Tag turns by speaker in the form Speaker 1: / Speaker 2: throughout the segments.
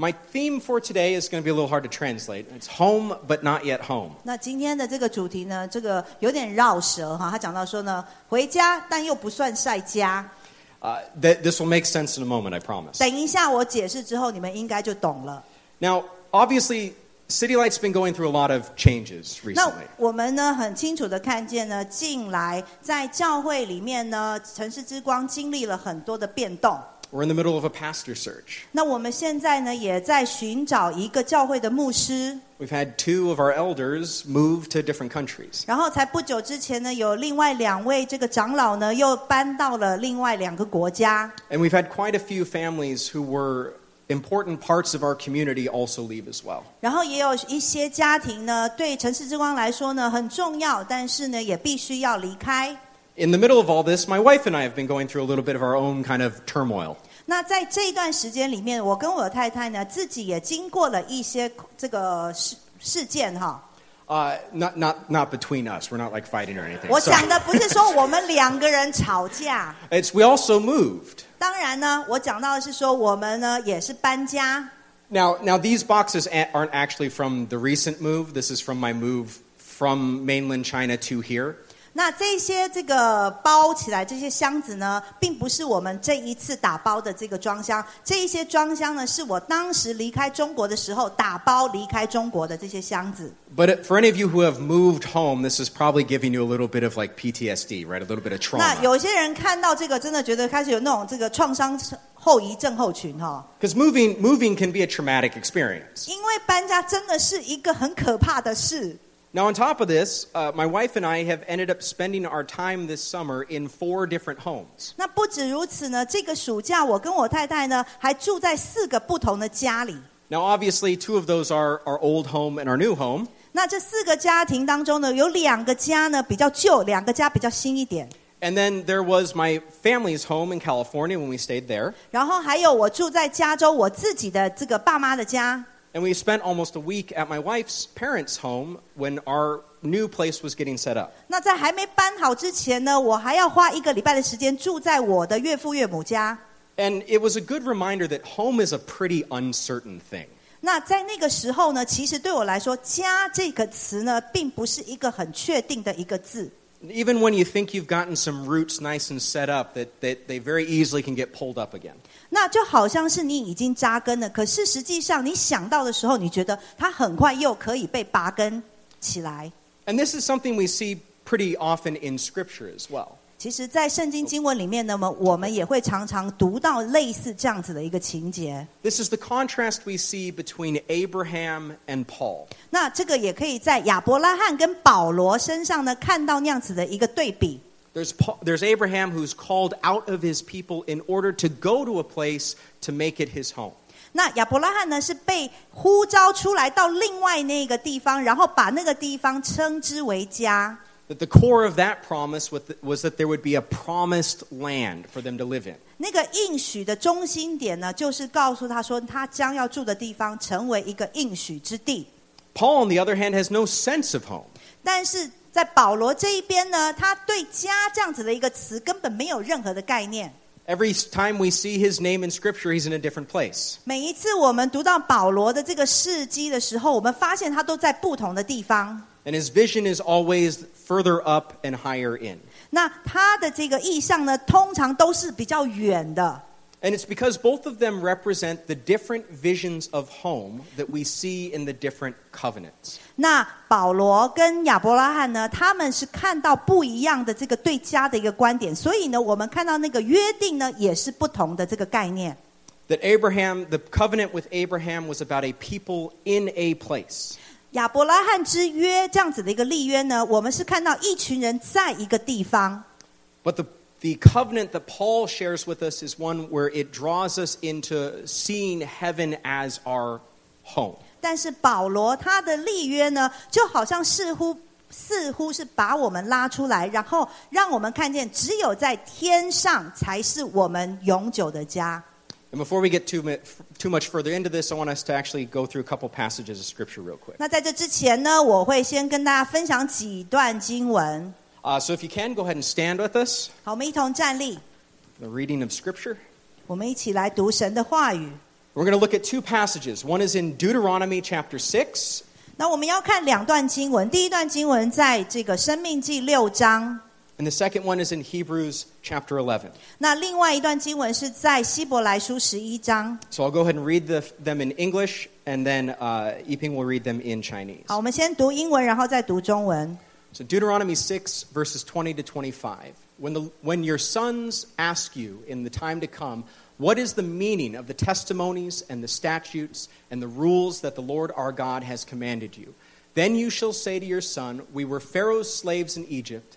Speaker 1: My theme for today is going to be a little hard to translate. It's home, but not yet home.
Speaker 2: 那今天的这个主题呢，这个有点绕舌哈。他讲到说呢，回家但又不算晒家。
Speaker 1: Uh, that this will make sense in a moment, I promise.
Speaker 2: 等一下我解释之后，你们应该就懂了。
Speaker 1: Now, obviously, City Light's been going through a lot of changes
Speaker 2: 那
Speaker 1: recently.
Speaker 2: 我们呢，很清楚的看见呢，近来在教会里面呢，城市之光经历了很多的变动。
Speaker 1: We're in the middle of a pastor search.
Speaker 2: 那我们现在呢，也在寻找一个教会的牧师。
Speaker 1: We've had two of our elders move to different countries.
Speaker 2: 然后才不久之前呢，有另外两位这个长老呢，又搬到了另外两个国家。
Speaker 1: And we've had quite a few families who were important parts of our community also leave as well.
Speaker 2: 然后也有一些家庭呢，对城市之光来说呢很重要，但是呢也必须要离开。
Speaker 1: In the middle of all this, my wife and I have been going through a little bit of our own kind of turmoil.
Speaker 2: 那在这段时间里面，我跟我太太呢自己也经过了一些这个事事件哈。
Speaker 1: Uh, not, not, not between us. We're not like fighting or anything.
Speaker 2: 我
Speaker 1: Sorry.
Speaker 2: 讲的不是说我们两个人吵架，
Speaker 1: It's we also moved.
Speaker 2: 当然呢，我讲到的是说我们呢也是搬家。
Speaker 1: Now, now these boxes a- aren't actually from the recent move. This is from my move from mainland China to here.
Speaker 2: 那这些这个包起来这些箱子呢，并不是我们这一次打包的这个装箱，这一些装箱呢，是我当时离开中国的时候打包离开中国的这些箱子。
Speaker 1: But it- for any of you who have moved home, this is probably giving you a little bit of like PTSD, right? A little bit of
Speaker 2: 那
Speaker 1: trauma.
Speaker 2: 有些人看到这个，真的觉得开始有那种这个创伤后遗症候群哈、哦，
Speaker 1: Because moving, moving can be a traumatic experience.
Speaker 2: 因为搬家真的是一个很可怕的事。
Speaker 1: Now, on top of this, uh, my wife and I have ended up spending our time this summer in four different homes.
Speaker 2: 那不止如此呢，这个暑假我跟我太太呢，还住在四个不同的家里。
Speaker 1: Now, obviously, two of those are our old home and our new home.
Speaker 2: 那这四个家庭当中呢，有两个家呢比较旧，两个家比较新一点。
Speaker 1: And then there was my family's home in California when we stayed there.
Speaker 2: 然后还有我住在加州我自己的这个爸妈的家。
Speaker 1: And we spent almost a week at my wife's parents' home when our new place was getting set up.
Speaker 2: 那在还没搬好之前呢，我还要花一个礼拜的时间住在我的岳父岳母家。
Speaker 1: And it was a good reminder that home is a pretty uncertain thing.
Speaker 2: 那在那个时候呢，其实对我来说，“家”这个词呢，并不是一个很确定的一个字。
Speaker 1: Even when you think you've gotten some roots nice and set up, that, that they very easily can get pulled up again.
Speaker 2: 那就好像是你已经扎根了，可是实际上你想到的时候，你觉得它很快又可以被拔根起来。
Speaker 1: And this is something we see pretty often in Scripture as well.
Speaker 2: 其实，在圣经经文里面呢，么我们也会常常读到类似这样子的一个情节。
Speaker 1: This is the contrast we see between Abraham and Paul.
Speaker 2: 那这个也可以在亚伯拉罕跟保罗身上呢看到那样子的一个对比。
Speaker 1: There's, Paul, there's Abraham who's called out of his people in order to go to a place to make it his home.
Speaker 2: 那亚伯拉罕呢是被呼召出来到另外那个地方，然后把那个地方称之为家。
Speaker 1: That the core of that promise was th- was that there would be a promised land for them to live in.
Speaker 2: 那个应许的中心点呢，就是告诉他说，他将要住的地方成为一个应许之地。
Speaker 1: Paul, on the other hand, has no sense of home.
Speaker 2: 但是在保罗这一边呢，他对“家”这样子的一个词根本没有任何的概念。
Speaker 1: Every s- time we see his name in Scripture, he's in a different place.
Speaker 2: 每一次我们读到保罗的这个事迹的时候，我们发现他都在不同的地方。
Speaker 1: And his vision is always further up and higher in.
Speaker 2: 那他的这个意象呢，通常都是比较远的。
Speaker 1: And it's because both of them represent the different visions of home that we see in the different covenants.
Speaker 2: 那保罗跟亚伯拉罕呢，他们是看到不一样的这个对家的一个观点，所以呢，我们看到那个约定呢，也是不同的这个概念。
Speaker 1: That Abraham, the covenant with Abraham, was about a people in a place.
Speaker 2: 亚伯拉罕之约这样子的一个立约呢，我们是看到一群人在一个地方，
Speaker 1: But the, the covenant that Paul shares with us is one where it draws us into seeing heaven as our home.
Speaker 2: 但是保罗他的立约呢，就好像似乎似乎是把我们拉出来，然后让我们看见，只有在天上才是我们永久的家。
Speaker 1: And before we get too, mi- too much further into this, I want us to actually go through a couple passages of Scripture real quick.
Speaker 2: 那在这之前呢，我会先跟大家分享几段经文。
Speaker 1: Uh, so if you can, go ahead and stand with us.
Speaker 2: 好，我们一同站立，
Speaker 1: The reading of Scripture.
Speaker 2: 我们一起来读神的话语。
Speaker 1: We're We're going to look at two passages. One is in Deuteronomy chapter 6,
Speaker 2: 那我们要看两段经文，第一段经文在这个《生命记》六章，
Speaker 1: and the second one is in Hebrews chapter 11.
Speaker 2: 那另外一段经文是在《希伯来书》十一章。
Speaker 1: So I'll go ahead and read the, them in English, and then uh, Yiping will read them in Chinese.
Speaker 2: 好，我们先读英文，然后再读中文。
Speaker 1: So Deuteronomy 6, verses 20 to 25. When, the, when your sons ask you in the time to come, what is the meaning of the testimonies and the statutes and the rules that the Lord our God has commanded you? Then you shall say to your son, We were Pharaoh's slaves in Egypt,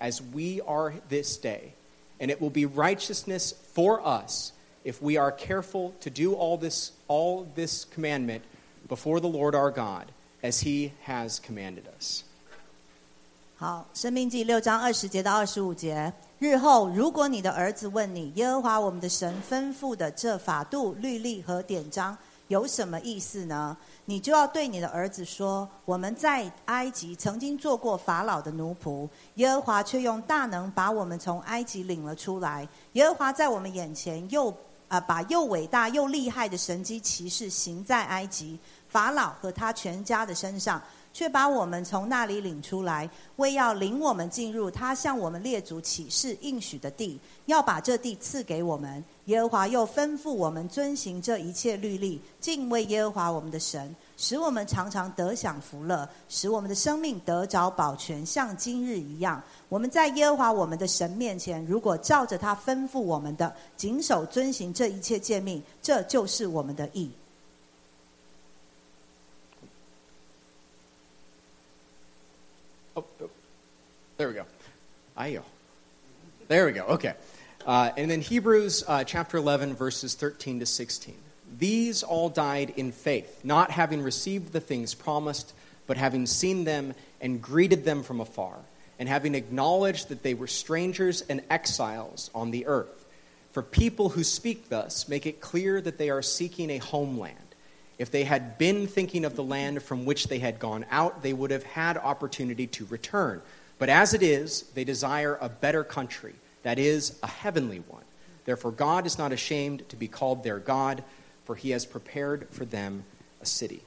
Speaker 1: as we are this day. And it will be righteousness for us if we are careful to do all this, all this commandment before the Lord our God, as he has commanded us.
Speaker 2: 好，《生命记》六章二十节到二十五节。日后，如果你的儿子问你耶和华我们的神吩咐的这法度、律例和典章有什么意思呢？你就要对你的儿子说：我们在埃及曾经做过法老的奴仆，耶和华却用大能把我们从埃及领了出来。耶和华在我们眼前又啊、把又伟大又厉害的神机骑士行在埃及法老和他全家的身上，却把我们从那里领出来，为要领我们进入他向我们列祖起誓应许的地，要把这地赐给我们。耶和华又吩咐我们遵行这一切律例，敬畏耶和华我们的神，使我们常常得享福乐，使我们的生命得着保全，像今日一样。我们在耶和华我们的神面前，如果照着他吩咐我们的，谨守遵行这一切诫命，这就是我们的义。
Speaker 1: Oh, oh, there we go. Ayo. There we go. Okay. Uh, and then Hebrews uh, chapter 11, verses 13 to 16. These all died in faith, not having received the things promised, but having seen them and greeted them from afar, and having acknowledged that they were strangers and exiles on the earth. For people who speak thus make it clear that they are seeking a homeland. If they had been thinking of the land from which they had gone out, they would have had opportunity to return. But as it is, they desire a better country, that is, a heavenly one. Therefore, God is not ashamed to be called their God, for he has prepared for them a city.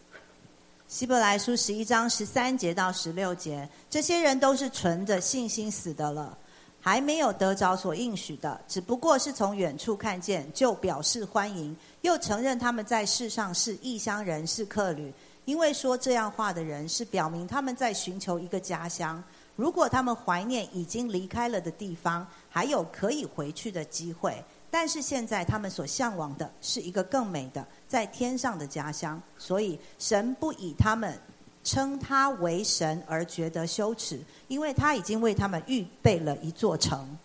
Speaker 2: 希伯来书十一章十三节到十六节，这些人都是存着信心死的了，还没有得着所应许的，只不过是从远处看见，就表示欢迎，又承认他们在世上是异乡人，是客旅。因为说这样话的人，是表明他们在寻求一个家乡。如果他们怀念已经离开了的地方，还有可以回去的机会。但是现在他们所向往的是一个更美的，在天上的家乡。所以神不以他们称他为神而觉得羞耻，因为他已经为他们预备了一座城。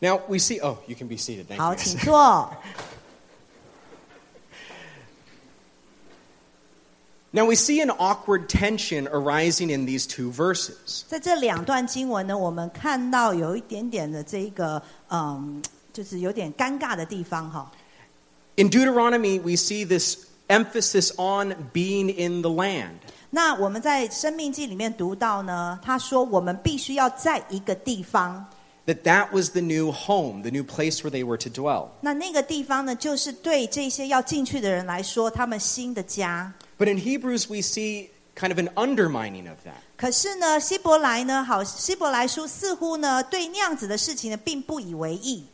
Speaker 1: Now we see, oh, you can be seated. Thank
Speaker 2: 好，
Speaker 1: you.
Speaker 2: 请坐。
Speaker 1: Now we see an awkward tension arising in these two verses.
Speaker 2: 在这两段经文呢，我们看到有一点点的这一个嗯，就是有点尴尬的地方哈。
Speaker 1: In Deuteronomy, we see this emphasis on being in the land.
Speaker 2: 那我们在《生命记》里面读到呢，他说我们必须要在一个地方，
Speaker 1: that that was the new home, the new place where they were to dwell.
Speaker 2: 那那个地方呢，就是对这些要进去的人来说，他们新的家。
Speaker 1: But in Hebrews, we see kind of an undermining of that.
Speaker 2: 可是呢，希伯来呢，好，希伯来书似乎呢，对那样子的事情呢，并不以为意。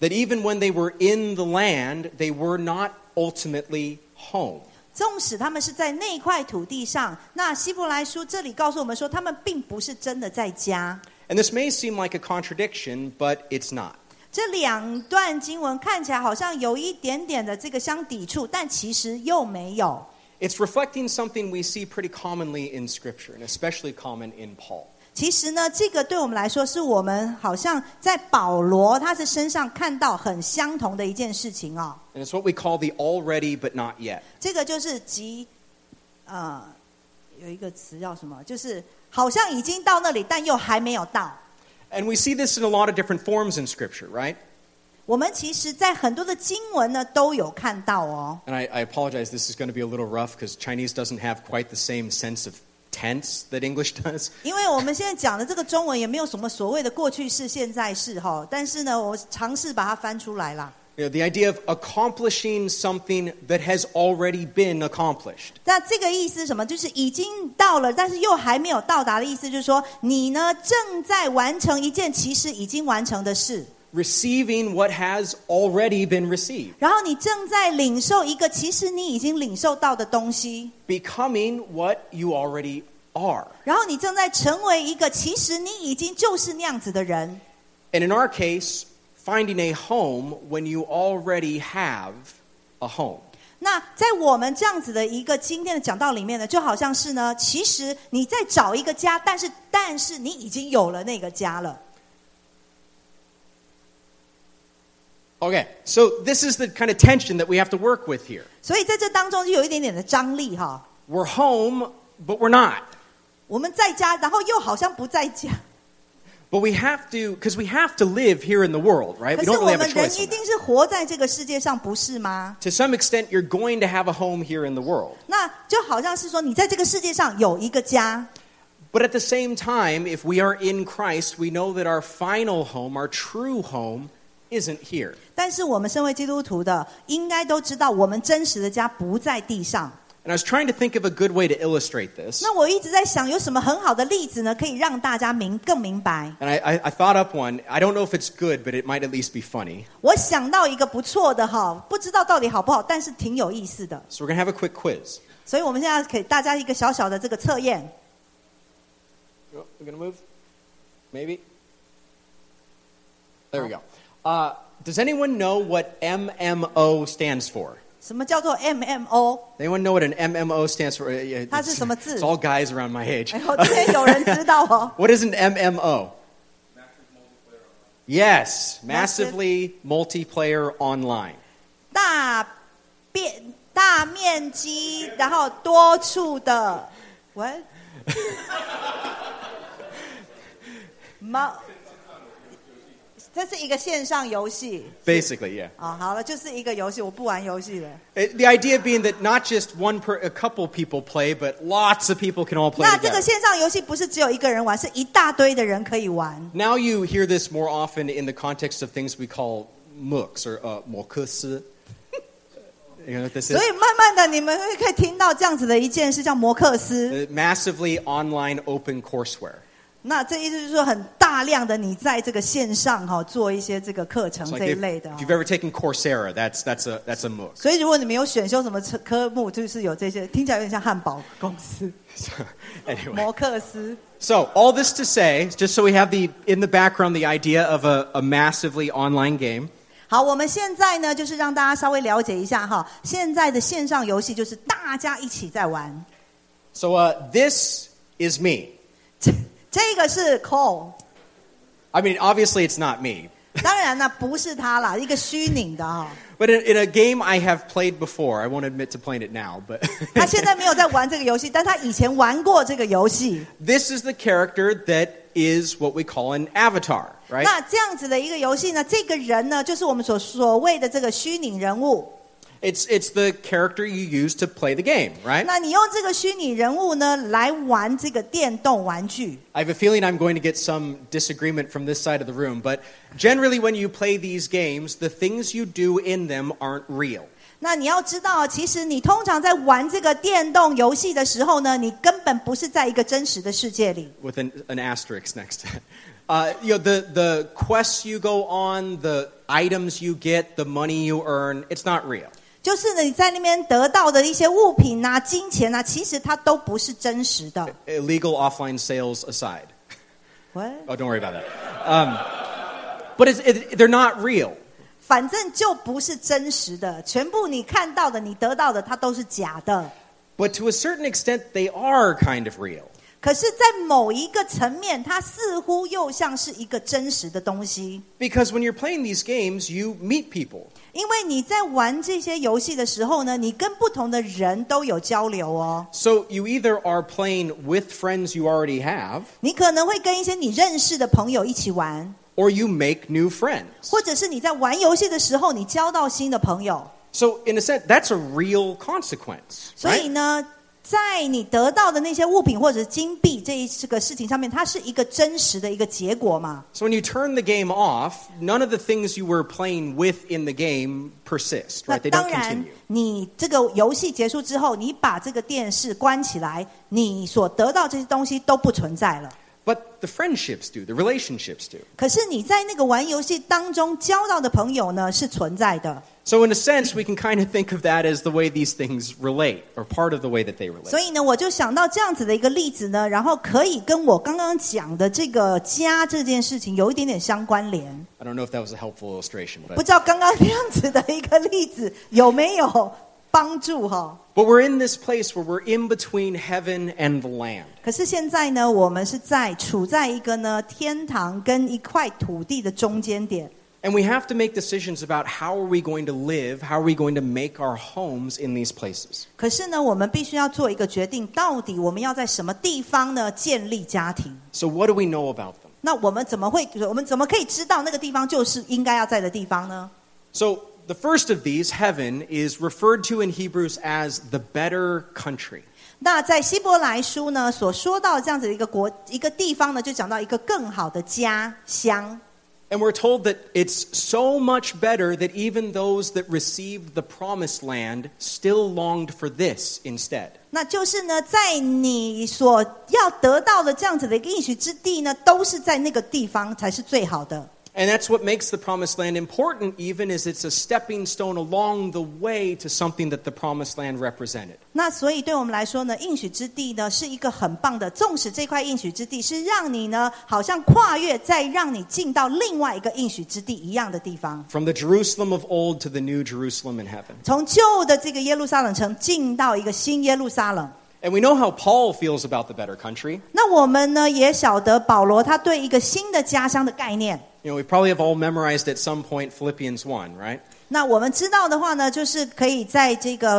Speaker 1: That even when they were in the land, they were not ultimately home.
Speaker 2: 纵使他们是在那块土地上，那希伯来书这里告诉我们说，他们并不是真的在家。
Speaker 1: And this may seem like a contradiction, but it's not.
Speaker 2: 这两段经文看起来好像有一点点的这个相抵触，但其实又没有。
Speaker 1: It's reflecting something we see pretty commonly in Scripture, and especially common in Paul.
Speaker 2: 其实呢，这个对我们来说，是我们好像在保罗他的身上看到很相同的一件事情哦。
Speaker 1: And it's what we call the already but not yet.
Speaker 2: 这个就是即，呃，有一个词叫什么？就是好像已经到那里，但又还没有到。
Speaker 1: And we see this in a lot of different forms in Scripture, right?
Speaker 2: 我们其实，在很多的经文呢都有看到哦。
Speaker 1: And I, I apologize, this is going to be a little rough because Chinese doesn't have quite the same sense of tense that English does.
Speaker 2: 因为我们现在讲的这个中文也没有什么所谓的过去式、现在式哈、哦，但是呢，我尝试把它翻出来啦。
Speaker 1: You know, the idea of accomplishing something that has already been accomplished.
Speaker 2: 那这个意思是什么？就是已经到了，但是又还没有到达的意思，就是说你呢正在完成一件其实已经完成的事，
Speaker 1: receiving what has already been received,
Speaker 2: 然后你正在领受一个其实你已经领受到的东西，
Speaker 1: becoming what you already are.
Speaker 2: 然后你正在成为一个其实你已经就是那样子的人。
Speaker 1: And in our case, finding a home when you already have a home.
Speaker 2: 那在我们这样子的一个今天的讲道里面呢，就好像是呢，其实你在找一个家，但是但是你已经有了那个家了。
Speaker 1: Okay, so this is the kind of tension that we have to work with here.
Speaker 2: 所以在这当中就有一点点的张力哈。
Speaker 1: We're home, but we're not.
Speaker 2: 我们在家，然后又好像不在家，
Speaker 1: But we have to, because we have to live here in the world, right?
Speaker 2: 可
Speaker 1: We
Speaker 2: 是
Speaker 1: don't
Speaker 2: 我
Speaker 1: really
Speaker 2: 们
Speaker 1: have a
Speaker 2: 人
Speaker 1: choice.
Speaker 2: 一
Speaker 1: on that.
Speaker 2: 定是活在这个世界上，不是吗？
Speaker 1: To some extent, you're going to have a home here in the world.
Speaker 2: 那就好像是说，你在这个世界上有一个家，
Speaker 1: But at the same time, if we are in Christ, we know that our final home, our true home, isn't here.
Speaker 2: 但是我们身为基督徒的，应该都知道，我们真实的家不在地上。
Speaker 1: And I was trying to think of a good way to illustrate this.
Speaker 2: 那我一直在想，有什么很好的例子呢，可以让大家明更明白？
Speaker 1: And I, I, I thought up one. I don't know if it's good, but it might at least be funny.
Speaker 2: 我想到一个不错的哈，不知道到底好不好，但是挺有意思的。
Speaker 1: So we're going to have a quick quiz.
Speaker 2: 所以我们现在给大家一个小小的这个测验。
Speaker 1: Oh, we're going to move? Maybe? There we go. Uh, does anyone know what MMO stands for?
Speaker 2: 什么叫做 MMO？
Speaker 1: Anyone know what an MMO stands for? Uh, yeah, It's,
Speaker 2: 它是什么字？
Speaker 1: it's all guys around my age.。
Speaker 2: 哎呦，今天有人知道哦
Speaker 1: What is an MMO? Yes, massively multiplayer online.
Speaker 2: 大变大面积，然后多处的喂，猫，这是一个线上游戏
Speaker 1: Basically, yeah.
Speaker 2: 啊、好了，就是一个游戏，我不玩游戏了。
Speaker 1: It- the idea being that not just one per, a couple people play, but lots of people can all play
Speaker 2: 那这个
Speaker 1: together.
Speaker 2: 线上游戏不是只有一个人玩，是一大堆的人可以玩。
Speaker 1: Now you hear this more often in the context of things we call mooks or uh, mokusu. you know what this
Speaker 2: 所
Speaker 1: is?
Speaker 2: 以慢慢的，你们会可以听到这样子的一件事，叫摩克斯。
Speaker 1: Uh, massively online open courseware.
Speaker 2: 那这意思就是说，很大量的你在这个线上哈、做一些这个课程
Speaker 1: It's
Speaker 2: 这一
Speaker 1: if,
Speaker 2: 类的、哦
Speaker 1: if you've ever taken Coursera, that's, that's, a, that's a mook.
Speaker 2: 所以如果你们有选修什么科目，就是有这些，听起来有点像汉堡公司、
Speaker 1: So, anyway.
Speaker 2: 摩克斯。
Speaker 1: So, all this to say, just so we have the in the background the idea of a, a massively online game.
Speaker 2: 好，我们现在呢，就是让大家稍微了解一下哈，现在的线上游戏就是大家一起在玩。
Speaker 1: So, uh, this is me.
Speaker 2: 这这个是 Cole，
Speaker 1: I mean, obviously it's not me,
Speaker 2: 当然呢不是他啦，一个虚拟的哈、
Speaker 1: but in, in a game I have played before. I won't admit to playing it now, but
Speaker 2: 他现在没有在玩这个游戏，但他以前玩过这个游戏。
Speaker 1: this is the character that is what we call an avatar, right?
Speaker 2: 那这样子的一个游戏呢，这个人呢，就是我们所所谓的这个虚拟人物。
Speaker 1: It's it's the character you use to play the game, right?
Speaker 2: 那你用这个虚拟人物呢来玩这个电动玩具。
Speaker 1: I have a feeling I'm going to get some disagreement from this side of the room, but generally when you play these games, the things you do in them aren't real.
Speaker 2: 那你要知道，其实你通常在玩这个电动游戏的时候呢，你根本不是在一个真实的世界里。
Speaker 1: with an, an asterisk next to it. Uh, you know, the, the quests you go on, the items you get, the money you earn, it's not real.
Speaker 2: 就是呢，你在那边得到的一些物品啊、金钱啊，其实它都不是真实的。
Speaker 1: Illegal offline sales aside.
Speaker 2: 喂，
Speaker 1: Oh, don't worry about that. Um, but it's, it, they're not real.
Speaker 2: 反正就不是真实的，全部你看到的、你得到的，它都是假的。
Speaker 1: But to a certain extent, they are kind of real.
Speaker 2: 可是，在某一个层面，它似乎又像是一个真实的东西。
Speaker 1: Because when you're playing these games, you meet people.
Speaker 2: 因为你在玩这些游戏的时候呢，你跟不同的人都有交流哦。
Speaker 1: So you either are playing with friends you already have,
Speaker 2: 你可能会跟一些你认识的朋友一起玩，
Speaker 1: or you make new friends.
Speaker 2: 或者是你在玩游戏的时候，你交到新的朋友。
Speaker 1: So, in a sense, that's a real consequence.
Speaker 2: 所以
Speaker 1: Right?
Speaker 2: 呢，在你得到的那些物品或者金币这一这个事情上面，它是一个真实的一个结果嘛。
Speaker 1: So, when you turn the game off, none of the things you were playing with in the game persist,
Speaker 2: 那
Speaker 1: right? They don't
Speaker 2: 当然
Speaker 1: continue.，
Speaker 2: 你这个游戏结束之后，你把这个电视关起来，你所得到这些东西都不存在了。
Speaker 1: But the friendships do, the relationships do.
Speaker 2: 可是你在那个玩游戏当中交到的朋友呢，是存在的。
Speaker 1: So, in a sense, we can kind of think of that as the way these things relate, or part of the way that they relate.
Speaker 2: 所以呢，我就想到这样子的一个例子呢，然后可以跟我刚刚讲的这个家这件事情有一点点相关联。
Speaker 1: I don't know if that was a helpful illustration,
Speaker 2: 不
Speaker 1: but,
Speaker 2: 知道刚刚那样子的一个例子有没有帮助哈、
Speaker 1: but we're in this place where we're in between heaven and the land.
Speaker 2: 可是现在呢，我们是在处在一个呢天堂跟一块土地的中间点，
Speaker 1: And we have to make decisions about how are we going to live, how are we going to make our homes in these places.
Speaker 2: 可是呢，我们必须要做一个决定，到底我们要在什么地方呢建立家庭？
Speaker 1: So what do we know about them?
Speaker 2: 那我们怎么会，我们怎么可以知道那个地方就是应该要在的地方呢？
Speaker 1: So the first of these, heaven, is referred to in Hebrews as the better country.
Speaker 2: 那在希伯来书呢所说到这样子的一个国一个地方呢，就讲到一个更好的家乡。
Speaker 1: And we're told that it's so much better that even those that received the promised land still longed for this instead.
Speaker 2: 那就是呢，在你所要得到的这样子的一个应许之地呢，都是在那个地方才是最好的。
Speaker 1: And that's what makes the promised land important, even as it's a stepping stone along the way to something that the promised land represented.
Speaker 2: 那所以对我们来说呢，应许之地呢是一个很棒的，纵使这块应许之地是让你呢好像跨越，再让你进到另外一个应许之地一样的地方，
Speaker 1: From the Jerusalem of old to the new Jerusalem in heaven.
Speaker 2: 从旧的这个耶路撒冷城进到一个新耶路撒冷。
Speaker 1: And we know how Paul feels about the better country.
Speaker 2: 那我们呢也晓得保罗他对一个新的家乡的概念。
Speaker 1: You know, we probably have all memorized at some point Philippians 1, right?
Speaker 2: 那我们知道的话呢，就是可以在这个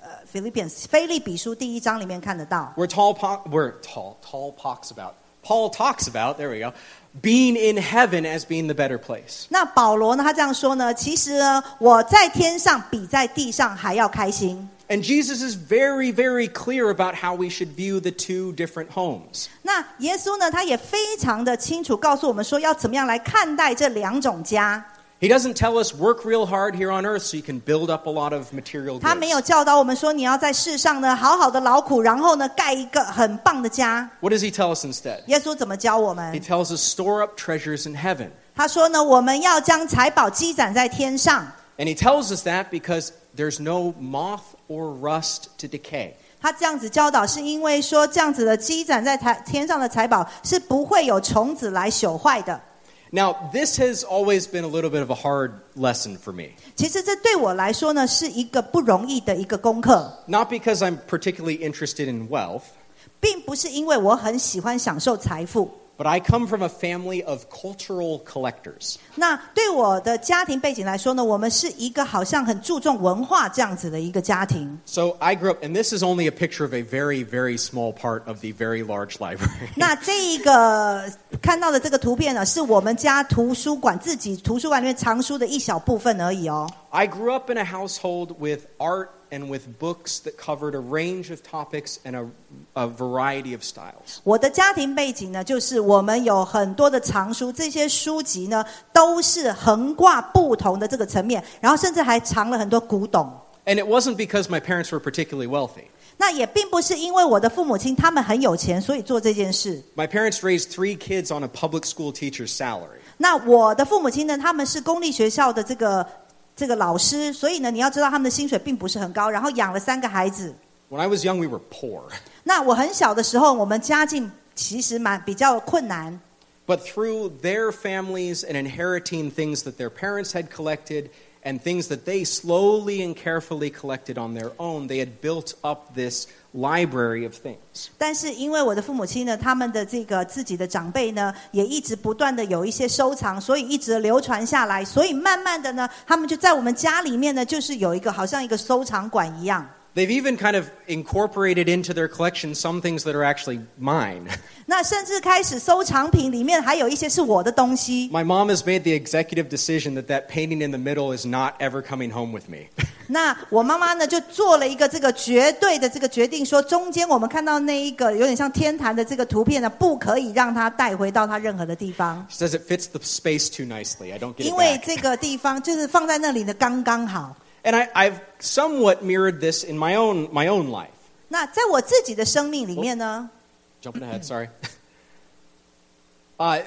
Speaker 2: 呃菲律宾菲利比书第一章里面看得到。
Speaker 1: Where Paul, po- where tall, tall talks about, Paul talks about, there we go, being in heaven as being the better place.
Speaker 2: 那保罗呢？他这样说呢，其实呢，我在天上比在地上还要开心。
Speaker 1: And Jesus is very, very clear about how we should view the two different homes.
Speaker 2: 那耶稣呢，他也非常的清楚告诉我们说，要怎么样来看待这两种家。
Speaker 1: He doesn't tell us work real hard here on earth so you can build up a lot of material
Speaker 2: 他没有
Speaker 1: goods.
Speaker 2: 教导我们说，你要在世上呢好好的劳苦，然后呢盖一个很棒的家。
Speaker 1: What does he tell us instead?
Speaker 2: 耶稣怎么教我
Speaker 1: He
Speaker 2: 们？
Speaker 1: tells us store up treasures in heaven.
Speaker 2: 他说呢，我们要将财宝积攒在天上。
Speaker 1: And he tells us that because there's no moth or rust to decay.
Speaker 2: 他这样子教导，是因为说这样子的积攒在台天上的财宝是不会有虫子来朽坏的。
Speaker 1: Now, this has always been a little bit of a hard lesson for me.
Speaker 2: 其实这对我来说呢，是一个不容易的一个功课，
Speaker 1: Not because I'm particularly interested in wealth,
Speaker 2: 并不是因为我很喜欢享受财富。
Speaker 1: but I come from a family of cultural collectors.
Speaker 2: 那对我的家庭背景来说呢，我们是一个好像很注重文化这样子的一个家庭。
Speaker 1: So I grew up, and this is only a picture of a very, very small part of the very large library.
Speaker 2: 那这一个看到的这个图片呢，是我们家图书馆自己图书馆里面藏书的一小部分而已哦。
Speaker 1: I grew up in a household with art and with books that covered a range of topics and a, a variety of styles.
Speaker 2: 我的家庭背景呢，就是我们有很多的藏书，这些书籍呢都是横挂不同的这个层面，然后甚至还藏了很多古董。
Speaker 1: And it wasn't because my parents were particularly wealthy.
Speaker 2: 那也并不是因为我的父母亲他们很有钱，所以做这件事。
Speaker 1: My parents raised three kids on a public school teacher's salary.
Speaker 2: 那我的父母亲呢，他们是公立学校的这个这个老师，所以呢，你要知道他们的薪水并不是很高，然后养了三个孩子。
Speaker 1: When I was young, we were poor.
Speaker 2: 那我很小的时候，我们家境其实蛮比较困难。
Speaker 1: But through their families and inheriting things that their parents had collected and things that they slowly and carefully collected on their own. They had built up this library of things.
Speaker 2: 但是因为我的父母亲呢，他们的这个自己的长辈呢，也一直不断的有一些收藏，所以一直流传下来，所以慢慢的呢，他们就在我们家里面呢，就是有一个好像一个收藏馆一样。
Speaker 1: They've even kind of incorporated into their collection some things that are actually mine.
Speaker 2: 那甚至开始收藏品里面还有一些是我的东西。
Speaker 1: My mom has made the executive decision that that painting in the middle is not ever coming home with me.
Speaker 2: 那我妈妈呢，就做了一个这个绝对的这个决定，说中间我们看到那一个有点像天坛的这个图片呢，不可以让它带回到它任何的地方，
Speaker 1: She says it fits the space too nicely. I don't get
Speaker 2: 因
Speaker 1: it
Speaker 2: 为
Speaker 1: back.
Speaker 2: 这个地方就是放在那里的刚刚好。
Speaker 1: And I, I've somewhat mirrored this in my own my own life.
Speaker 2: 那在我自己的生命里面呢，
Speaker 1: Jumping ahead, sorry. Uh,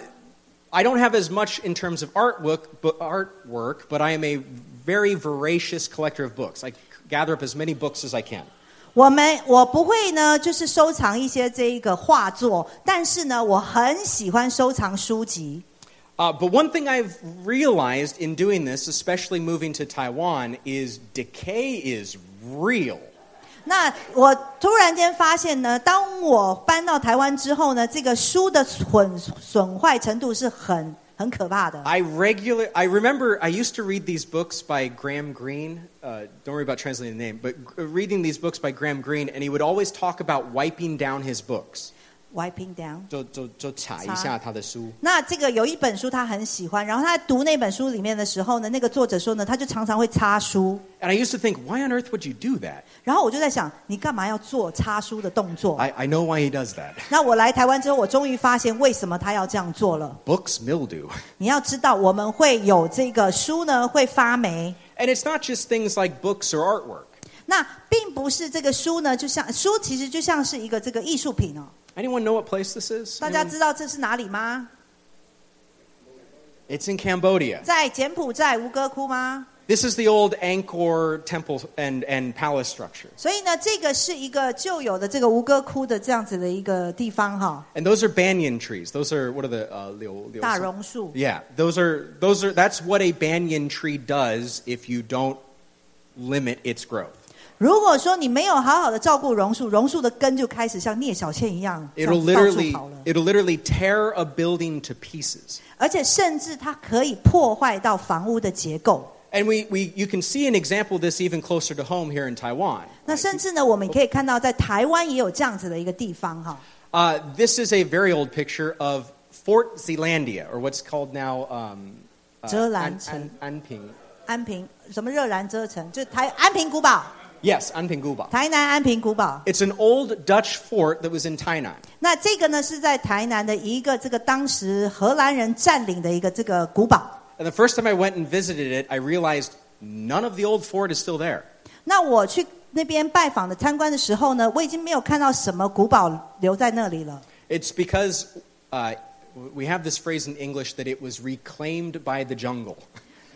Speaker 1: I don't have as much in terms of artwork, but artwork, but I am a very voracious collector of books. I gather up as many books as I can.
Speaker 2: 我们我不会呢，就是收藏一些这一个画作，但是呢，我很喜欢收藏书籍。
Speaker 1: Uh, but one thing I've realized in doing this, especially moving to Taiwan, is decay is real.
Speaker 2: 那我突然间发现呢，当我搬到台湾之后呢，这个书的损损坏程度是很很可怕的。
Speaker 1: I regular. I remember I used to read these books by Graham Greene. Uh, don't worry about translating the name, but g- reading these books by Graham Greene, and he would always talk about wiping down his books.
Speaker 2: Wiping down。
Speaker 1: 就-就-就查一下他的书。
Speaker 2: 那这个有一本书他很喜欢，然后他在读那本书里面的时候呢，那个作者说呢，他就常常会擦书。
Speaker 1: And I used to think, why on earth would you do that?
Speaker 2: 然后我就在想，你干嘛要做擦书的动作？
Speaker 1: I, I know why he does that.
Speaker 2: 那我来台湾之后，我终于发现为什么他要这样做了。
Speaker 1: Books mildew.
Speaker 2: 你要知道，我们会有这个书呢会发霉，
Speaker 1: And it's not just things like books or artwork.
Speaker 2: 那并不是这个书呢，就像书其实就像是一个这个艺术品哦。
Speaker 1: Anyone know what place this is?
Speaker 2: 大家
Speaker 1: Anyone?
Speaker 2: 知道这是哪里吗？
Speaker 1: It's in Cambodia.
Speaker 2: 在柬埔寨吴哥窟吗？
Speaker 1: This is the old Angkor temple and, and palace structure.
Speaker 2: 所以呢，这个是一个旧有的这个吴哥窟的这样子的一个地方哈、
Speaker 1: And those are banyan trees. Those are what are the uh, liu, liu-
Speaker 2: 大榕树。
Speaker 1: Yeah, those are those are that's what a banyan tree does if you don't limit its growth.
Speaker 2: 如果说你没有好好的照顾榕树，榕树的根就开始像聂小倩一样
Speaker 1: It'll
Speaker 2: 这样到处
Speaker 1: literally
Speaker 2: 跑了，
Speaker 1: it'll literally tear a building to pieces.
Speaker 2: 而且甚至它可以破坏到房屋的结构。
Speaker 1: And we, we you can see an example of this even closer to home here in Taiwan.
Speaker 2: 那甚至呢，我们可以看到在台湾也有这样子的一个地方哈、
Speaker 1: Uh, this is a very old picture of Fort Zealandia, or what's called now um, uh,
Speaker 2: 遮兰城。
Speaker 1: An- An- Anping.
Speaker 2: 安平什么热兰遮城，就台安平古堡，
Speaker 1: Yes, Anping Guba.
Speaker 2: 台南安平古堡。
Speaker 1: It's an old Dutch fort that was in Tainan.
Speaker 2: 那这个呢是在台南的一个这个当时荷兰人占领的一个这个古堡。
Speaker 1: And the first time I went and visited it, I realized none of the old fort is still there.
Speaker 2: 那我去那边拜访的参观的时候呢，我已经没有看到什么古堡留在那里了。
Speaker 1: It's because uh, we have this phrase in English that it was reclaimed by the jungle.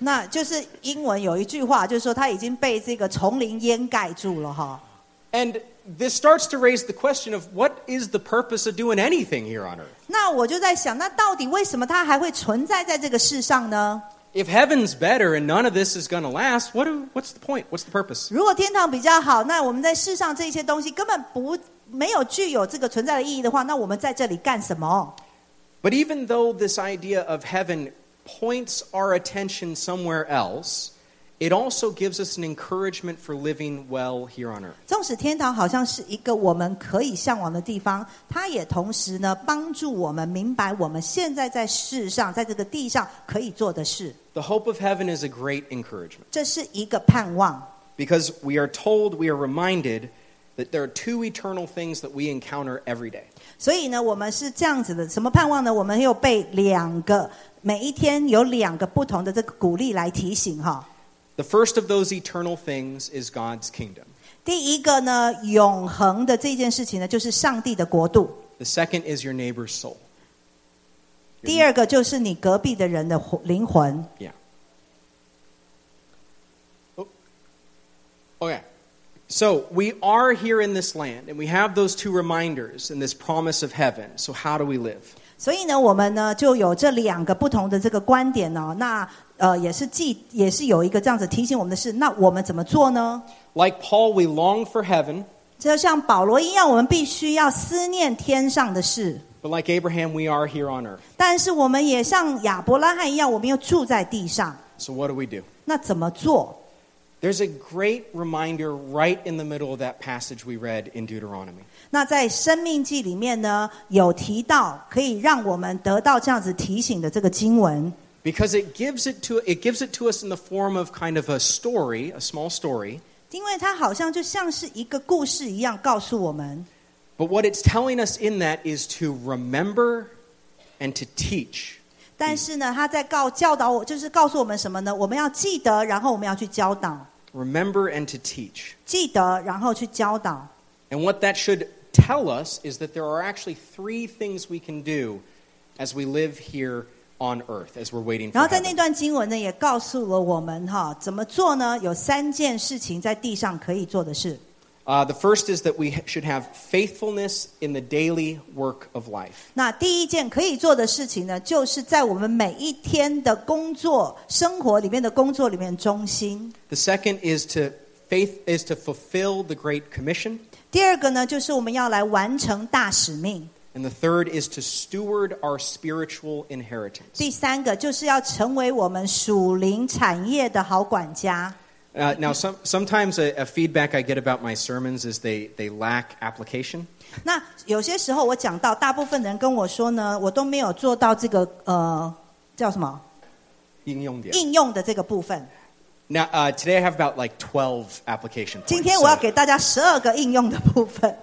Speaker 2: 那就是英文有一句话，就是说它已经被这个丛林淹盖住了哈。
Speaker 1: And this starts to raise the question of what is the purpose of doing anything here on earth?
Speaker 2: 那我就在想，那到底为什么它还会存在在这个世上呢？
Speaker 1: If heaven's better and none of this is going to last, what do, what's the point? What's the purpose?
Speaker 2: 如果天堂比较好，那我们在世上这些东西根本不没有具有这个存在的意义的话，那我们在这里干什么？
Speaker 1: But even though this idea of heaven points our attention somewhere else, it also gives us an encouragement for living well here on earth.
Speaker 2: 纵使天堂好像是一个我们可以向往的地方，它也同时呢帮助我们明白我们现在在世上，在这个地上可以做的事，
Speaker 1: The hope of heaven is a great encouragement
Speaker 2: 这是一个盼望。
Speaker 1: because we are told, we are reminded that there are two eternal things that we encounter every day.
Speaker 2: 所以呢，我们是这样子的，什么盼望呢？我们有被两个，每一天有两个不同的这个鼓励来提醒哈。
Speaker 1: The first of those eternal things is God's kingdom,
Speaker 2: 第一个呢，永恒的这件事情呢，就是上帝的国度；
Speaker 1: the second is your neighbor's soul.
Speaker 2: 第二个就是你隔壁的人的魂灵魂。
Speaker 1: Okay. So we are here in this land and we have those two reminders and this promise of heaven. So, how do we live?
Speaker 2: 所以呢，我们呢就有这两个不同的这个观点哦。那呃，也是记，也是有一个这样子提醒我们的是，那我们怎么做呢？
Speaker 1: Like Paul, we long for heaven,
Speaker 2: 就像保罗一样，我们必须要思念天上的事。
Speaker 1: but like Abraham, we are here on earth.
Speaker 2: 但是我们也像亚伯拉罕一样，我们又住在地上。
Speaker 1: So, what do we do?
Speaker 2: 那怎么做？
Speaker 1: There's a great reminder right in the middle of that passage we read in Deuteronomy.
Speaker 2: 那在《生命记》里面呢，有提到可以让我们得到这样子提醒的这个经文，
Speaker 1: Because it gives it to it gives it to us in the form of kind of a story, a small story,
Speaker 2: 因为它好像就像是一个故事一样，告诉我们
Speaker 1: but what it's telling us in that is to remember and to teach.
Speaker 2: 但是呢，他在告教导我，就是告诉我们什么呢？我们要记得，然后我们要去教导，
Speaker 1: Remember and to teach.
Speaker 2: 记得，然后去教导。
Speaker 1: And what that should tell us is that there are actually three things we can do as we live here on earth as we're waiting
Speaker 2: 然
Speaker 1: for
Speaker 2: 后在那
Speaker 1: heaven.
Speaker 2: 段经文呢，也告诉了我们哈，怎么做呢？有三件事情在地上可以做的事。
Speaker 1: Uh, the first is that we ha- should have faithfulness in the daily work of life.
Speaker 2: 那第一件可以做的事情呢，就是在我们每一天的工作、生活里面的工作里面忠心。
Speaker 1: The second is to faith is to fulfill the great commission.
Speaker 2: 第二个呢，就是我们要来完成大使命。
Speaker 1: And the third is to steward our spiritual inheritance.
Speaker 2: 第三个就是要成为我们属灵产业的好管家。
Speaker 1: Uh, now, some, sometimes a, a feedback I get about my sermons is they, they lack application.
Speaker 2: 那有些时候我讲到，大部分人跟我说呢，我都没有做到这个呃叫什么
Speaker 1: 应用点。
Speaker 2: 应用的这个部分。
Speaker 1: Now, uh, today I have about like 12 application
Speaker 2: 今
Speaker 1: points.
Speaker 2: 天我要
Speaker 1: so-
Speaker 2: 给大家十二个应用的部分。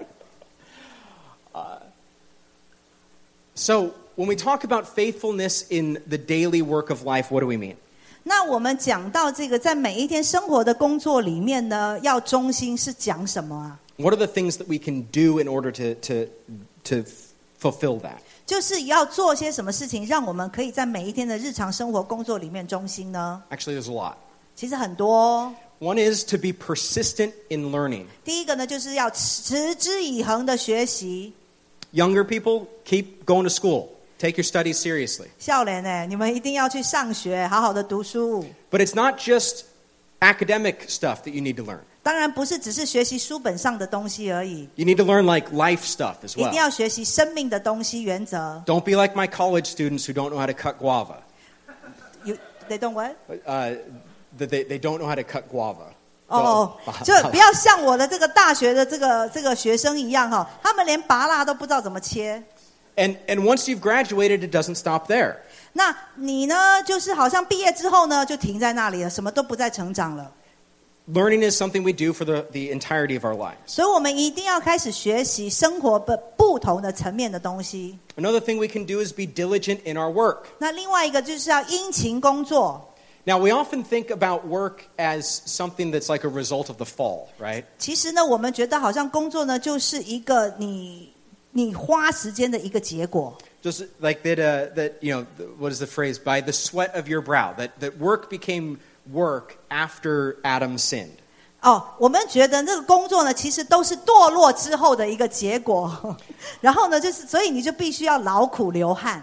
Speaker 1: So, when we talk about faithfulness in the daily work of life, what do we mean?
Speaker 2: 那我们讲到这个，在每一天生活的工作里面呢，要忠心是讲什么啊？
Speaker 1: What are the things that we can do in order to, to, to f- fulfill that?
Speaker 2: 就是要做些什么事情，让我们可以在每一天的日常生活、工作里面忠心呢？
Speaker 1: Actually, there's a lot.
Speaker 2: 其实很多哦、
Speaker 1: One is to be persistent in learning.
Speaker 2: 第一个呢，就是要持之以恒的学习。
Speaker 1: Younger people, keep going to school, take your studies seriously.
Speaker 2: 笑脸呢，你们一定要去上学，好好的读书。
Speaker 1: But it's not just academic stuff that you need to learn,
Speaker 2: 当然不是只是学习书本上的东西而已，
Speaker 1: you need to learn like life stuff as
Speaker 2: 一定
Speaker 1: well.
Speaker 2: 要学习生命的东西原则。
Speaker 1: Don't be like my college students who don't know how to cut guava,
Speaker 2: You they don't what？
Speaker 1: uh, that they, they don't know how to cut guava.
Speaker 2: 哦
Speaker 1: Don't-
Speaker 2: 哦，就 不要像我的这个大学的这个这个学生一样哈、他们连拔蜡都不知道怎么切。
Speaker 1: And, and once you've graduated, it doesn't stop there.
Speaker 2: 那你呢，就是好像毕业之后呢，就停在那里了，什么都不再成长了。
Speaker 1: Learning is something we do for the, the entirety of our lives.
Speaker 2: 所以我们一定要开始学习生活的不同的层面的东西。
Speaker 1: Another thing we can do is be diligent in our work.
Speaker 2: 那另外一个就是要殷勤工作。
Speaker 1: Now, we often think about work as something that's like a result of the fall, right?
Speaker 2: 其实呢，我们觉得好像工作呢，就是一个你你花时间的一个结果。
Speaker 1: Just like that, uh, that you know, th- what is the phrase? By the sweat of your brow. That, that work became work after Adam sinned.
Speaker 2: 哦，我们觉得这个工作呢，其实都是堕落之后的一个结 果。然后呢，就是所以你就必须要劳苦流汗。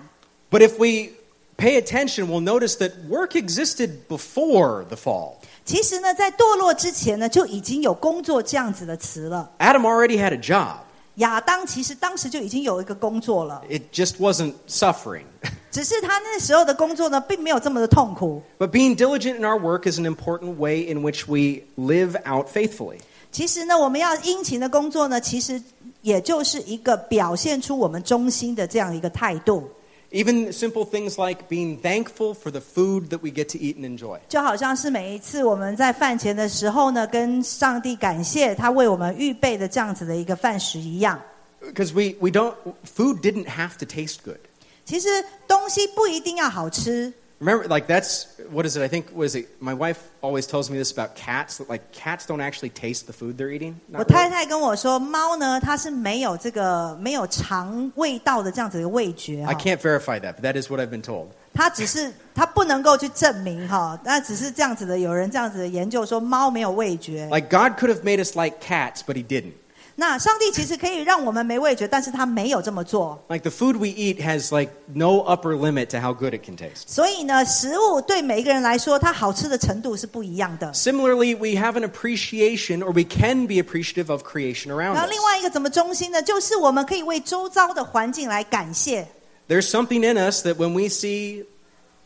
Speaker 1: But if we pay attention, we'll notice that work existed before the fall.
Speaker 2: 其实呢，在堕落之前呢，就已经有工作这样子的词了。
Speaker 1: Adam already had a job,
Speaker 2: 亚当其实当时就已经有一个工作了，
Speaker 1: it just wasn't suffering.
Speaker 2: 只是他那时候的工作呢，并没有这么的痛苦。
Speaker 1: but being diligent in our work is an important way in which we live out faithfully.
Speaker 2: 其实呢，我们要殷勤的工作呢，其实也就是一个表现出我们忠心的这样一个态度。
Speaker 1: Even simple things like being thankful for the food that we get to eat and enjoy.
Speaker 2: 就好像是每一次我们在饭前的时候呢，跟上帝感谢他为我们预备的这样子的一个饭食一样。
Speaker 1: Because we, we don't, food didn't have to taste good.
Speaker 2: 其实东西不一定要好吃，
Speaker 1: Remember, like that's, what is it? I think, what is it? My wife always tells me this about cats, that like cats don't actually taste the food they're eating.
Speaker 2: 我
Speaker 1: Not
Speaker 2: 太
Speaker 1: really.
Speaker 2: 太跟我说，猫呢它是没有这个没有尝味道的这样子的味觉
Speaker 1: I
Speaker 2: 哈，
Speaker 1: can't verify that, but that is what I've been told.
Speaker 2: 它只是它不能够去证明哈，那只是这样子的，有人这样子的研究说猫没有味觉。
Speaker 1: Like God could have made us like cats, but he didn't.
Speaker 2: 那上帝其实可以让我们没味觉，但是他没有这么做。
Speaker 1: Like the food we eat has like no upper limit to how good it can taste.
Speaker 2: 所以呢，食物对每一个人来说，它好吃的程度是不一样的。
Speaker 1: Similarly, we have an appreciation or we can be appreciative of creation around
Speaker 2: 然后
Speaker 1: us.
Speaker 2: 另外一个怎么中心呢？就是我们可以为周遭的环境来感谢。
Speaker 1: There's something in us that when we see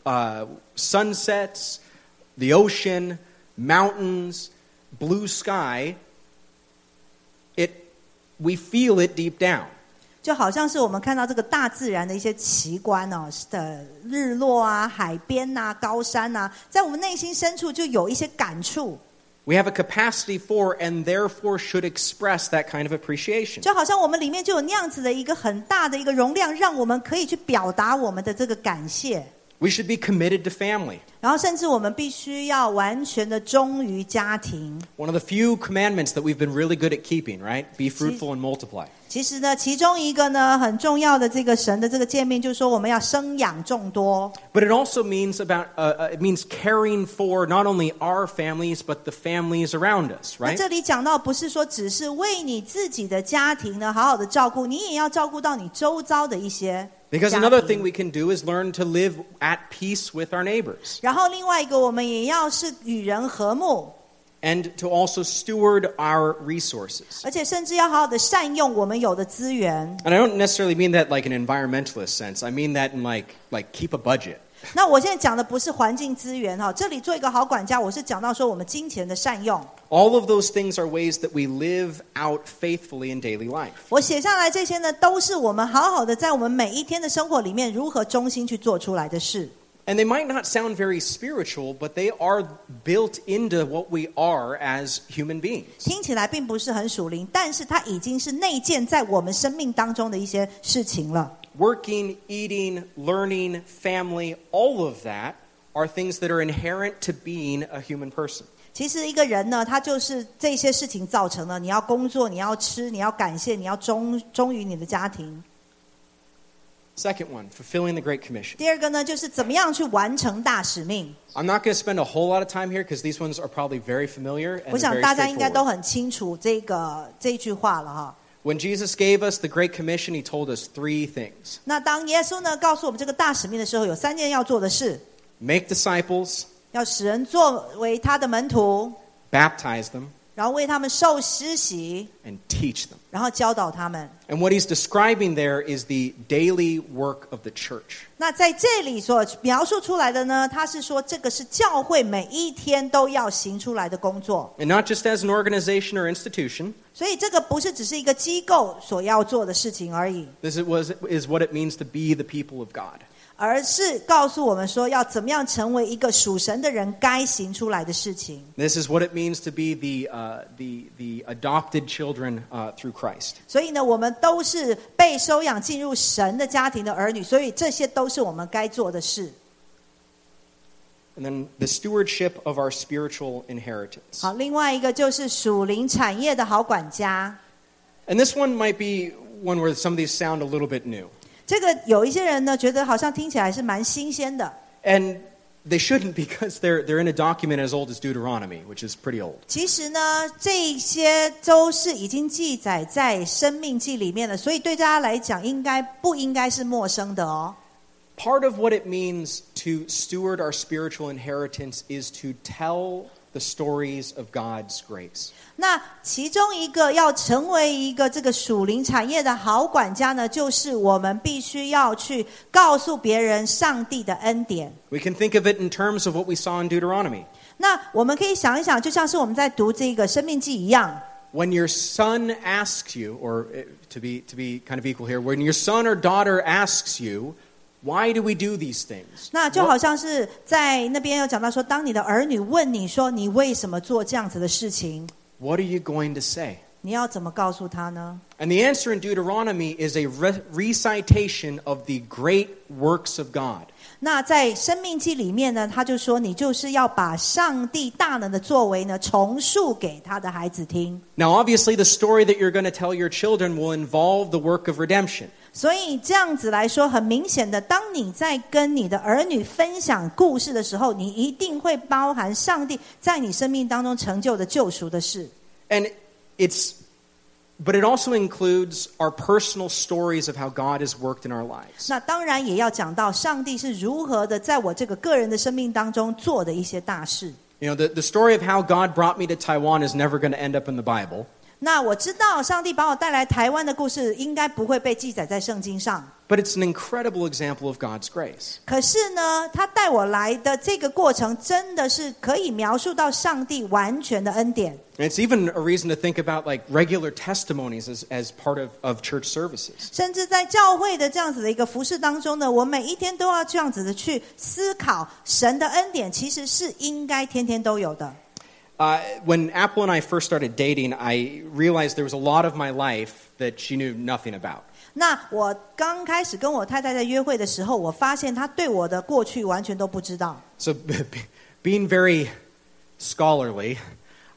Speaker 1: uh, sunsets, the ocean, mountains, blue sky, it we feel it deep down.
Speaker 2: 就好像是我们看到这个大自然的一些奇观哦，是的日落啊、海边呐、高山呐、在我们内心深处就有一些感触，
Speaker 1: We have a capacity for and therefore should express that kind of appreciation.
Speaker 2: 就好像我们里面就有那样子的一个很大的一个容量，让我们可以去表达我们的这个感谢。
Speaker 1: We should be committed to family.
Speaker 2: 然后，甚至我们必须要完全的忠于家庭。
Speaker 1: One of the few commandments that we've been really good at keeping, right? Be fruitful and multiply.
Speaker 2: 其实呢，其中一个呢很重要的这个神的这个诫命，就是说我们要生养众多。
Speaker 1: But it also means about uh, uh, it means caring for not only our families but the families around us,
Speaker 2: 那
Speaker 1: right?
Speaker 2: 这里讲到，不是说只是为你自己的家庭呢好好的照顾，你也要照顾到你周遭的一些
Speaker 1: Because
Speaker 2: 家
Speaker 1: another thing
Speaker 2: 庭
Speaker 1: we can do is learn to live at peace with our neighbors
Speaker 2: 然后另外一个，我们也要是与人和睦，
Speaker 1: and to also steward our resources.
Speaker 2: 而且甚至要好好的善用我们有的资源。
Speaker 1: And I don't necessarily mean that like an environmentalist sense. I mean that in like like keep a budget.
Speaker 2: 那我现在讲的不是环境资源哈，这里做一个好管家，我是讲到说我们金钱的善用。
Speaker 1: All of those things are ways that we live out faithfully in daily life.
Speaker 2: 我写下来这些呢，都是我们好好的在我们每一天的生活里面如何忠心去做出来的事。
Speaker 1: And they might not sound very spiritual, but they are built into what we are as human beings.
Speaker 2: 听起来并不是很属灵，但是它已经是内建在我们生命当中的一些事情了。
Speaker 1: Working, eating, learning, family, all of that are things that are inherent to being a human person.
Speaker 2: 其实一个人呢，他就是这些事情造成了。你要工作，你要吃，你要感谢，你要忠忠于你的家庭。
Speaker 1: Second one, fulfilling the Great Commission.
Speaker 2: 第二个呢，就是怎么样去完成大使命。
Speaker 1: I'm not going to spend a whole lot of time here because these ones are probably very familiar
Speaker 2: 我
Speaker 1: and
Speaker 2: 想
Speaker 1: they're
Speaker 2: 大
Speaker 1: very
Speaker 2: 家应该都
Speaker 1: straightforward.
Speaker 2: 很清楚这个这句话了哈。
Speaker 1: When Jesus gave us the Great Commission, he told us three things
Speaker 2: 那当耶稣呢告诉我们这个大使命的时候，有三件要做的事：
Speaker 1: make disciples,
Speaker 2: 要使人作为他的门徒，
Speaker 1: baptize them,
Speaker 2: 然后为他们受施洗，
Speaker 1: and teach them.
Speaker 2: 然后教导他们。
Speaker 1: And what he's describing there is the daily work of the church.
Speaker 2: 那在这里所描述出来的呢，他是说这个是教会每一天都要行出来的工作，
Speaker 1: And not just as an organization or institution,
Speaker 2: 所以这个不是只是一个机构所要做的事情而已，
Speaker 1: this it was, is what it means to be the people of God.
Speaker 2: 而是告诉我们说要怎么样成为一个属神的人该行出来的事情。
Speaker 1: This is what it means to be the, uh, the, the adopted children uh, through Christ.
Speaker 2: 所以呢，我们都是被收养进入神的家庭的儿女，所以这些都是我们该做的事。
Speaker 1: And then the stewardship of our spiritual inheritance.
Speaker 2: 好，另外一个就是属灵产业的好管家。
Speaker 1: And this one might be one where some of these sound a little bit new.
Speaker 2: 这个有一些人呢，觉得好像听起来是蛮新鲜的，
Speaker 1: And they shouldn't because they're, they're in a document as old as Deuteronomy, which is pretty old.
Speaker 2: 其实呢，这些都是已经记载在《生命记》里面了，所以对大家来讲，应该不应该是陌生的哦？
Speaker 1: Part of what it means to steward our spiritual inheritance is to tell the stories of God's grace.
Speaker 2: 那其中一个要成为一个这个属灵产业的好管家呢，就是我们必须要去告诉别人上帝的恩典。
Speaker 1: We can think of it in terms of what we saw in Deuteronomy.
Speaker 2: 那我们可以想一想，就像是我们在读这个《生命记》一样，
Speaker 1: When your son asks you, or eh, to be, to be kind of equal here, when your son or daughter asks you, why do we do these things?
Speaker 2: 那就好像是在那边有讲到说，当你的儿女问你说你为什么做这样子的事情，
Speaker 1: What are you going to say?
Speaker 2: 你要怎么告诉他呢？
Speaker 1: And the answer in Deuteronomy is a re- recitation of the great works of God.
Speaker 2: 那在《生命记》里面呢，他就说，你就是要把上帝大能的作为呢，重述给他的孩子听。
Speaker 1: Now, obviously, the story that you're going to tell your children will involve the work of redemption.
Speaker 2: 所以这样子来说，很明显的，当你在跟你的儿女分享故事的时候，你一定会包含上帝在你生命当中成就的救赎的事。
Speaker 1: And it's But it also includes our personal stories of how God has worked in our lives.
Speaker 2: 那当然也要讲到上帝是如何的在我这个个人的生命当中做的一些大事。
Speaker 1: You know, the, the story of how God brought me to Taiwan is never going to end up in the Bible.
Speaker 2: 那我知道上帝把我带来台湾的故事应该不会被记载在圣经上，
Speaker 1: But it's an incredible example of God's grace.
Speaker 2: 可是呢，他带我来的这个过程真的是可以描述到上帝完全的恩典。
Speaker 1: And it's even a reason to think about like regular testimonies as, as part of, of church services.
Speaker 2: 甚至在教会的这样子的一个服饰当中呢，我每一天都要这样子的去思考神的恩典，其实是应该天天都有的。
Speaker 1: Uh, when Apple and I first started dating, I realized there was a lot of my life that she knew nothing about.
Speaker 2: 那我刚开始跟我太太在约会的时候，我发现她对我的过去完全都不知道。
Speaker 1: So, be- being very scholarly,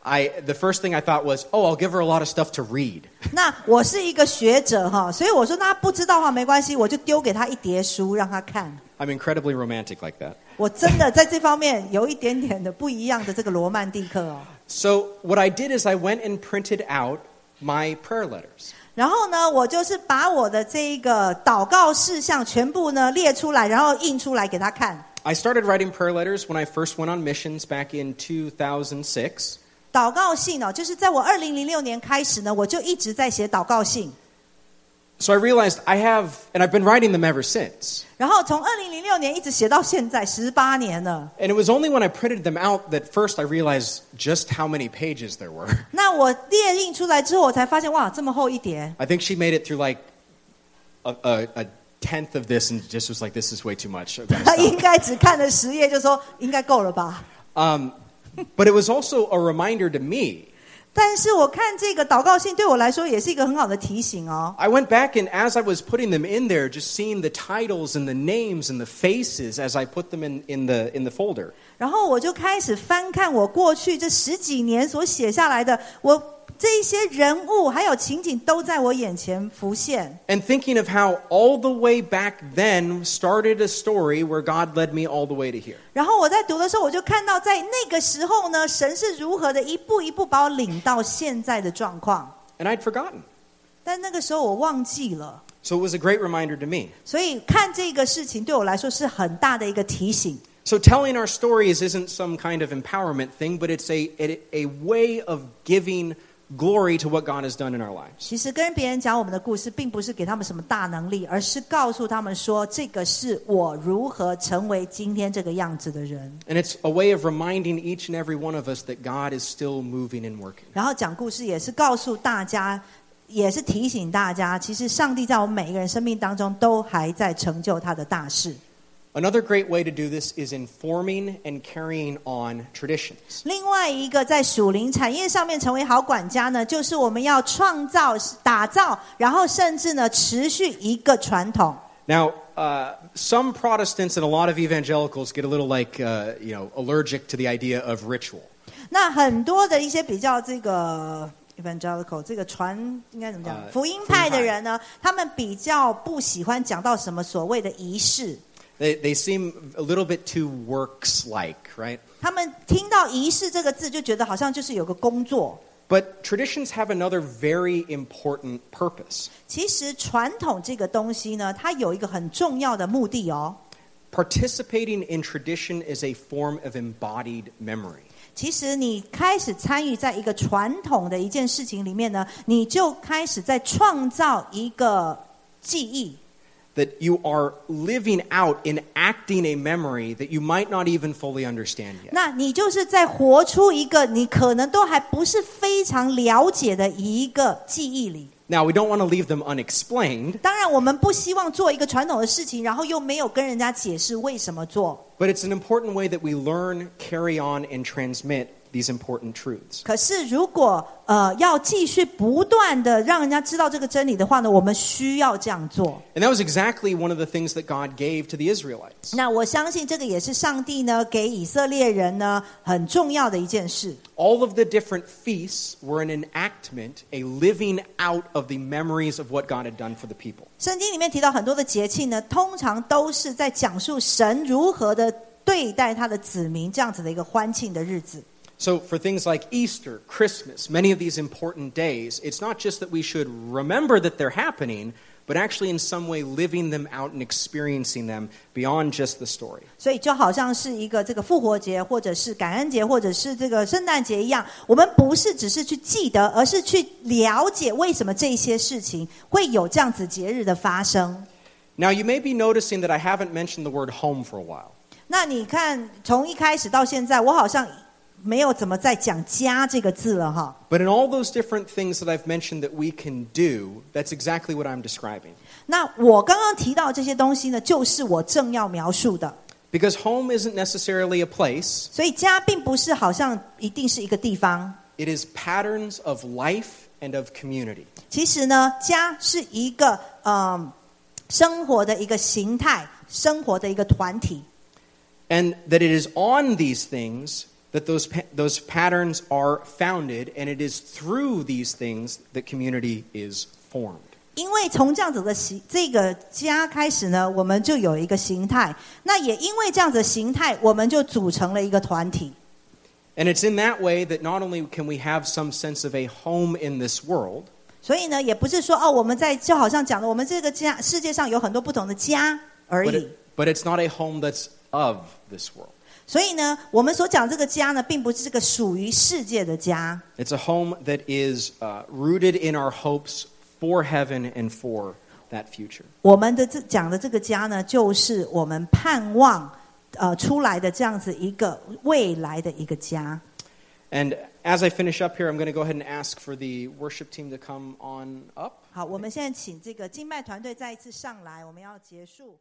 Speaker 1: I, the first thing I thought was, oh, I'll give her a lot of stuff to read.
Speaker 2: 那我是一个学者哈，所以我说那她不知道的话没关系，我就丢给她一叠书让她看。
Speaker 1: I'm incredibly romantic like that.
Speaker 2: 我真的在这方面有一点点的不一样的这个罗曼蒂克哦。
Speaker 1: So, what I did is I went and printed out my prayer letters.
Speaker 2: 然后呢，我就是把我的这一个祷告事项全部呢列出来，然后印出来给她看。
Speaker 1: I started writing prayer letters when I first went on missions back in 2006.
Speaker 2: 祷告信哦，就是在我二零零六年开始呢，我就一直在写祷告信。
Speaker 1: So I realized I have, and I've been writing them ever since.
Speaker 2: 然后从二零零六年一直写到现在，十八年了。
Speaker 1: And it was only when I printed them out that first I realized just how many pages there were.
Speaker 2: 那我列印出来之后，我才发现哇，这么厚一叠。
Speaker 1: I think she made it through like a, a, a tenth of this and just was like, this is way too much. I've gotta
Speaker 2: 他应
Speaker 1: stop."
Speaker 2: 该只看了十页，就说应该够了吧。
Speaker 1: um, but it was also a reminder to me.
Speaker 2: 但是我看这个祷告信对我来说也是一个很好的提醒哦。
Speaker 1: I went back and as I was putting them in there, just seeing the titles and the names and the faces as I put them in, in, the, in the folder.
Speaker 2: 然后我就开始翻看我过去这十几年所写下来的，我这一些人物还有情景都在我眼前浮现。
Speaker 1: And thinking of how all the way back then started a story where God led me all the way to here.
Speaker 2: 然后我在读的时候，我就看到在那个时候呢，神是如何的一步一步把我领到现在的状况。
Speaker 1: And I'd forgotten.
Speaker 2: 但那个时候我忘记了，
Speaker 1: So it was a great reminder to me.
Speaker 2: 所以看这个事情对我来说是很大的一个提醒。
Speaker 1: So telling our stories isn't some kind of empowerment thing, but it's a, a, a way of giving glory to what God has done in our lives.
Speaker 2: 其实跟别人讲我们的故事，并不是给他们什么大能力，而是告诉他们说，这个是我如何成为今天这个样子的人。
Speaker 1: And it's a way of reminding each and every one of us that God is still moving and working.
Speaker 2: 然后讲故事也是告诉大家，也是提醒大家，其实上帝在我们每一个人生命当中都还在成就他的大事。
Speaker 1: Another great way to do this is informing and carrying on traditions.
Speaker 2: 另外一个在属灵产业上面成为好管家呢，就是我们要创造、打造，然后甚至呢持续一个传统。
Speaker 1: Now, uh, some Protestants and a lot of evangelicals get a little like, uh, you know, allergic to the idea of ritual.
Speaker 2: 那很多的一些比较这个 evangelical 这个传应该怎么讲
Speaker 1: 呃
Speaker 2: 福音
Speaker 1: 福音
Speaker 2: 派的
Speaker 1: 派
Speaker 2: 人呢，他们比较不喜欢讲到什么所谓的仪式。
Speaker 1: They, they seem a little bit too works like, right?
Speaker 2: 他们听到“仪式”这个字，就觉得好像就是有个工作。
Speaker 1: But traditions have another very important purpose,
Speaker 2: 其实传统这个东西呢，它有一个很重要的目的哦。
Speaker 1: Participating in tradition is a form of embodied memory.
Speaker 2: 其实你开始参与在一个传统的一件事情里面呢，你就开始在创造一个记忆。
Speaker 1: That you are living out, enacting a memory that you might not even fully understand yet.
Speaker 2: 那你就是在活出一个你可能都还不是非常了解的一个记忆里。
Speaker 1: Now, we don't want to leave them unexplained,
Speaker 2: 当然，我们不希望做一个传统的事情，然后又没有跟人家解释为什么做。
Speaker 1: but it's an important way that we learn, carry on, and transmit these important truths.
Speaker 2: 可是，如果呃要继续不断的让人家知道这个真理的话呢，我们需要这样做。
Speaker 1: And that was exactly one of the things that God gave to the Israelites.
Speaker 2: 那我相信这个也是上帝呢给以色列人呢很重要的一件事。
Speaker 1: All of the different feasts were an enactment, a living out of the memories of what God had done for the people.
Speaker 2: 圣经里面提到很多的节庆呢，通常都是在讲述神如何的对待他的子民这样子的一个欢庆的日子。
Speaker 1: So, for things like Easter, Christmas, many of these important days, it's not just that we should remember that they're happening, but actually in some way living them out and experiencing them beyond just the story.
Speaker 2: 所以就好像是一个这个复活节，或者是感恩节，或者是这个圣诞节一样，我们不是只是去记得，而是去了解为什么这些事情会有这样子节日的发生。
Speaker 1: Now, you may be noticing that I haven't mentioned the word home for a while.
Speaker 2: 那你看，从一开始到现在，我好像没有怎么在讲“家”这个字了哈。
Speaker 1: But in all those different things that I've mentioned that we can do, that's exactly what I'm describing.
Speaker 2: 那我刚刚提到这些东西呢，就是我正要描述的。
Speaker 1: Because home isn't necessarily a place,
Speaker 2: 所以家并不是好像一定是一个地方，
Speaker 1: it is patterns of life and of community.
Speaker 2: 其实呢，家是一个呃生活的一个形态，生活的一个团体。
Speaker 1: And that it is on these things that those, pa- those patterns are founded, and it is through these things that community is formed.
Speaker 2: 因为从这样子的形这个家开始呢，我们就有一个形态。那也因为这样子的形态，我们就组成了一个团体。
Speaker 1: And it's in that way that not only can we have some sense of a home in this world,
Speaker 2: 所以呢，也不是说哦，我们在就好像讲的，我们这个家世界上有很多不同的家而
Speaker 1: but,
Speaker 2: 已。
Speaker 1: it, but it's not a home that's of this world.
Speaker 2: 所以呢，我们所讲这个家呢，并不是这个属于世界的家，
Speaker 1: It's a home that is uh, rooted in our hopes for heaven and for that future.
Speaker 2: 我们的这讲的这个家呢，就是我们盼望呃出来的这样子一个未来的一个家。
Speaker 1: And as I finish up here, I'm going to go ahead and ask for the worship team to come on up.
Speaker 2: 好，我们现在请这个敬拜团队再一次上来，我们要结束。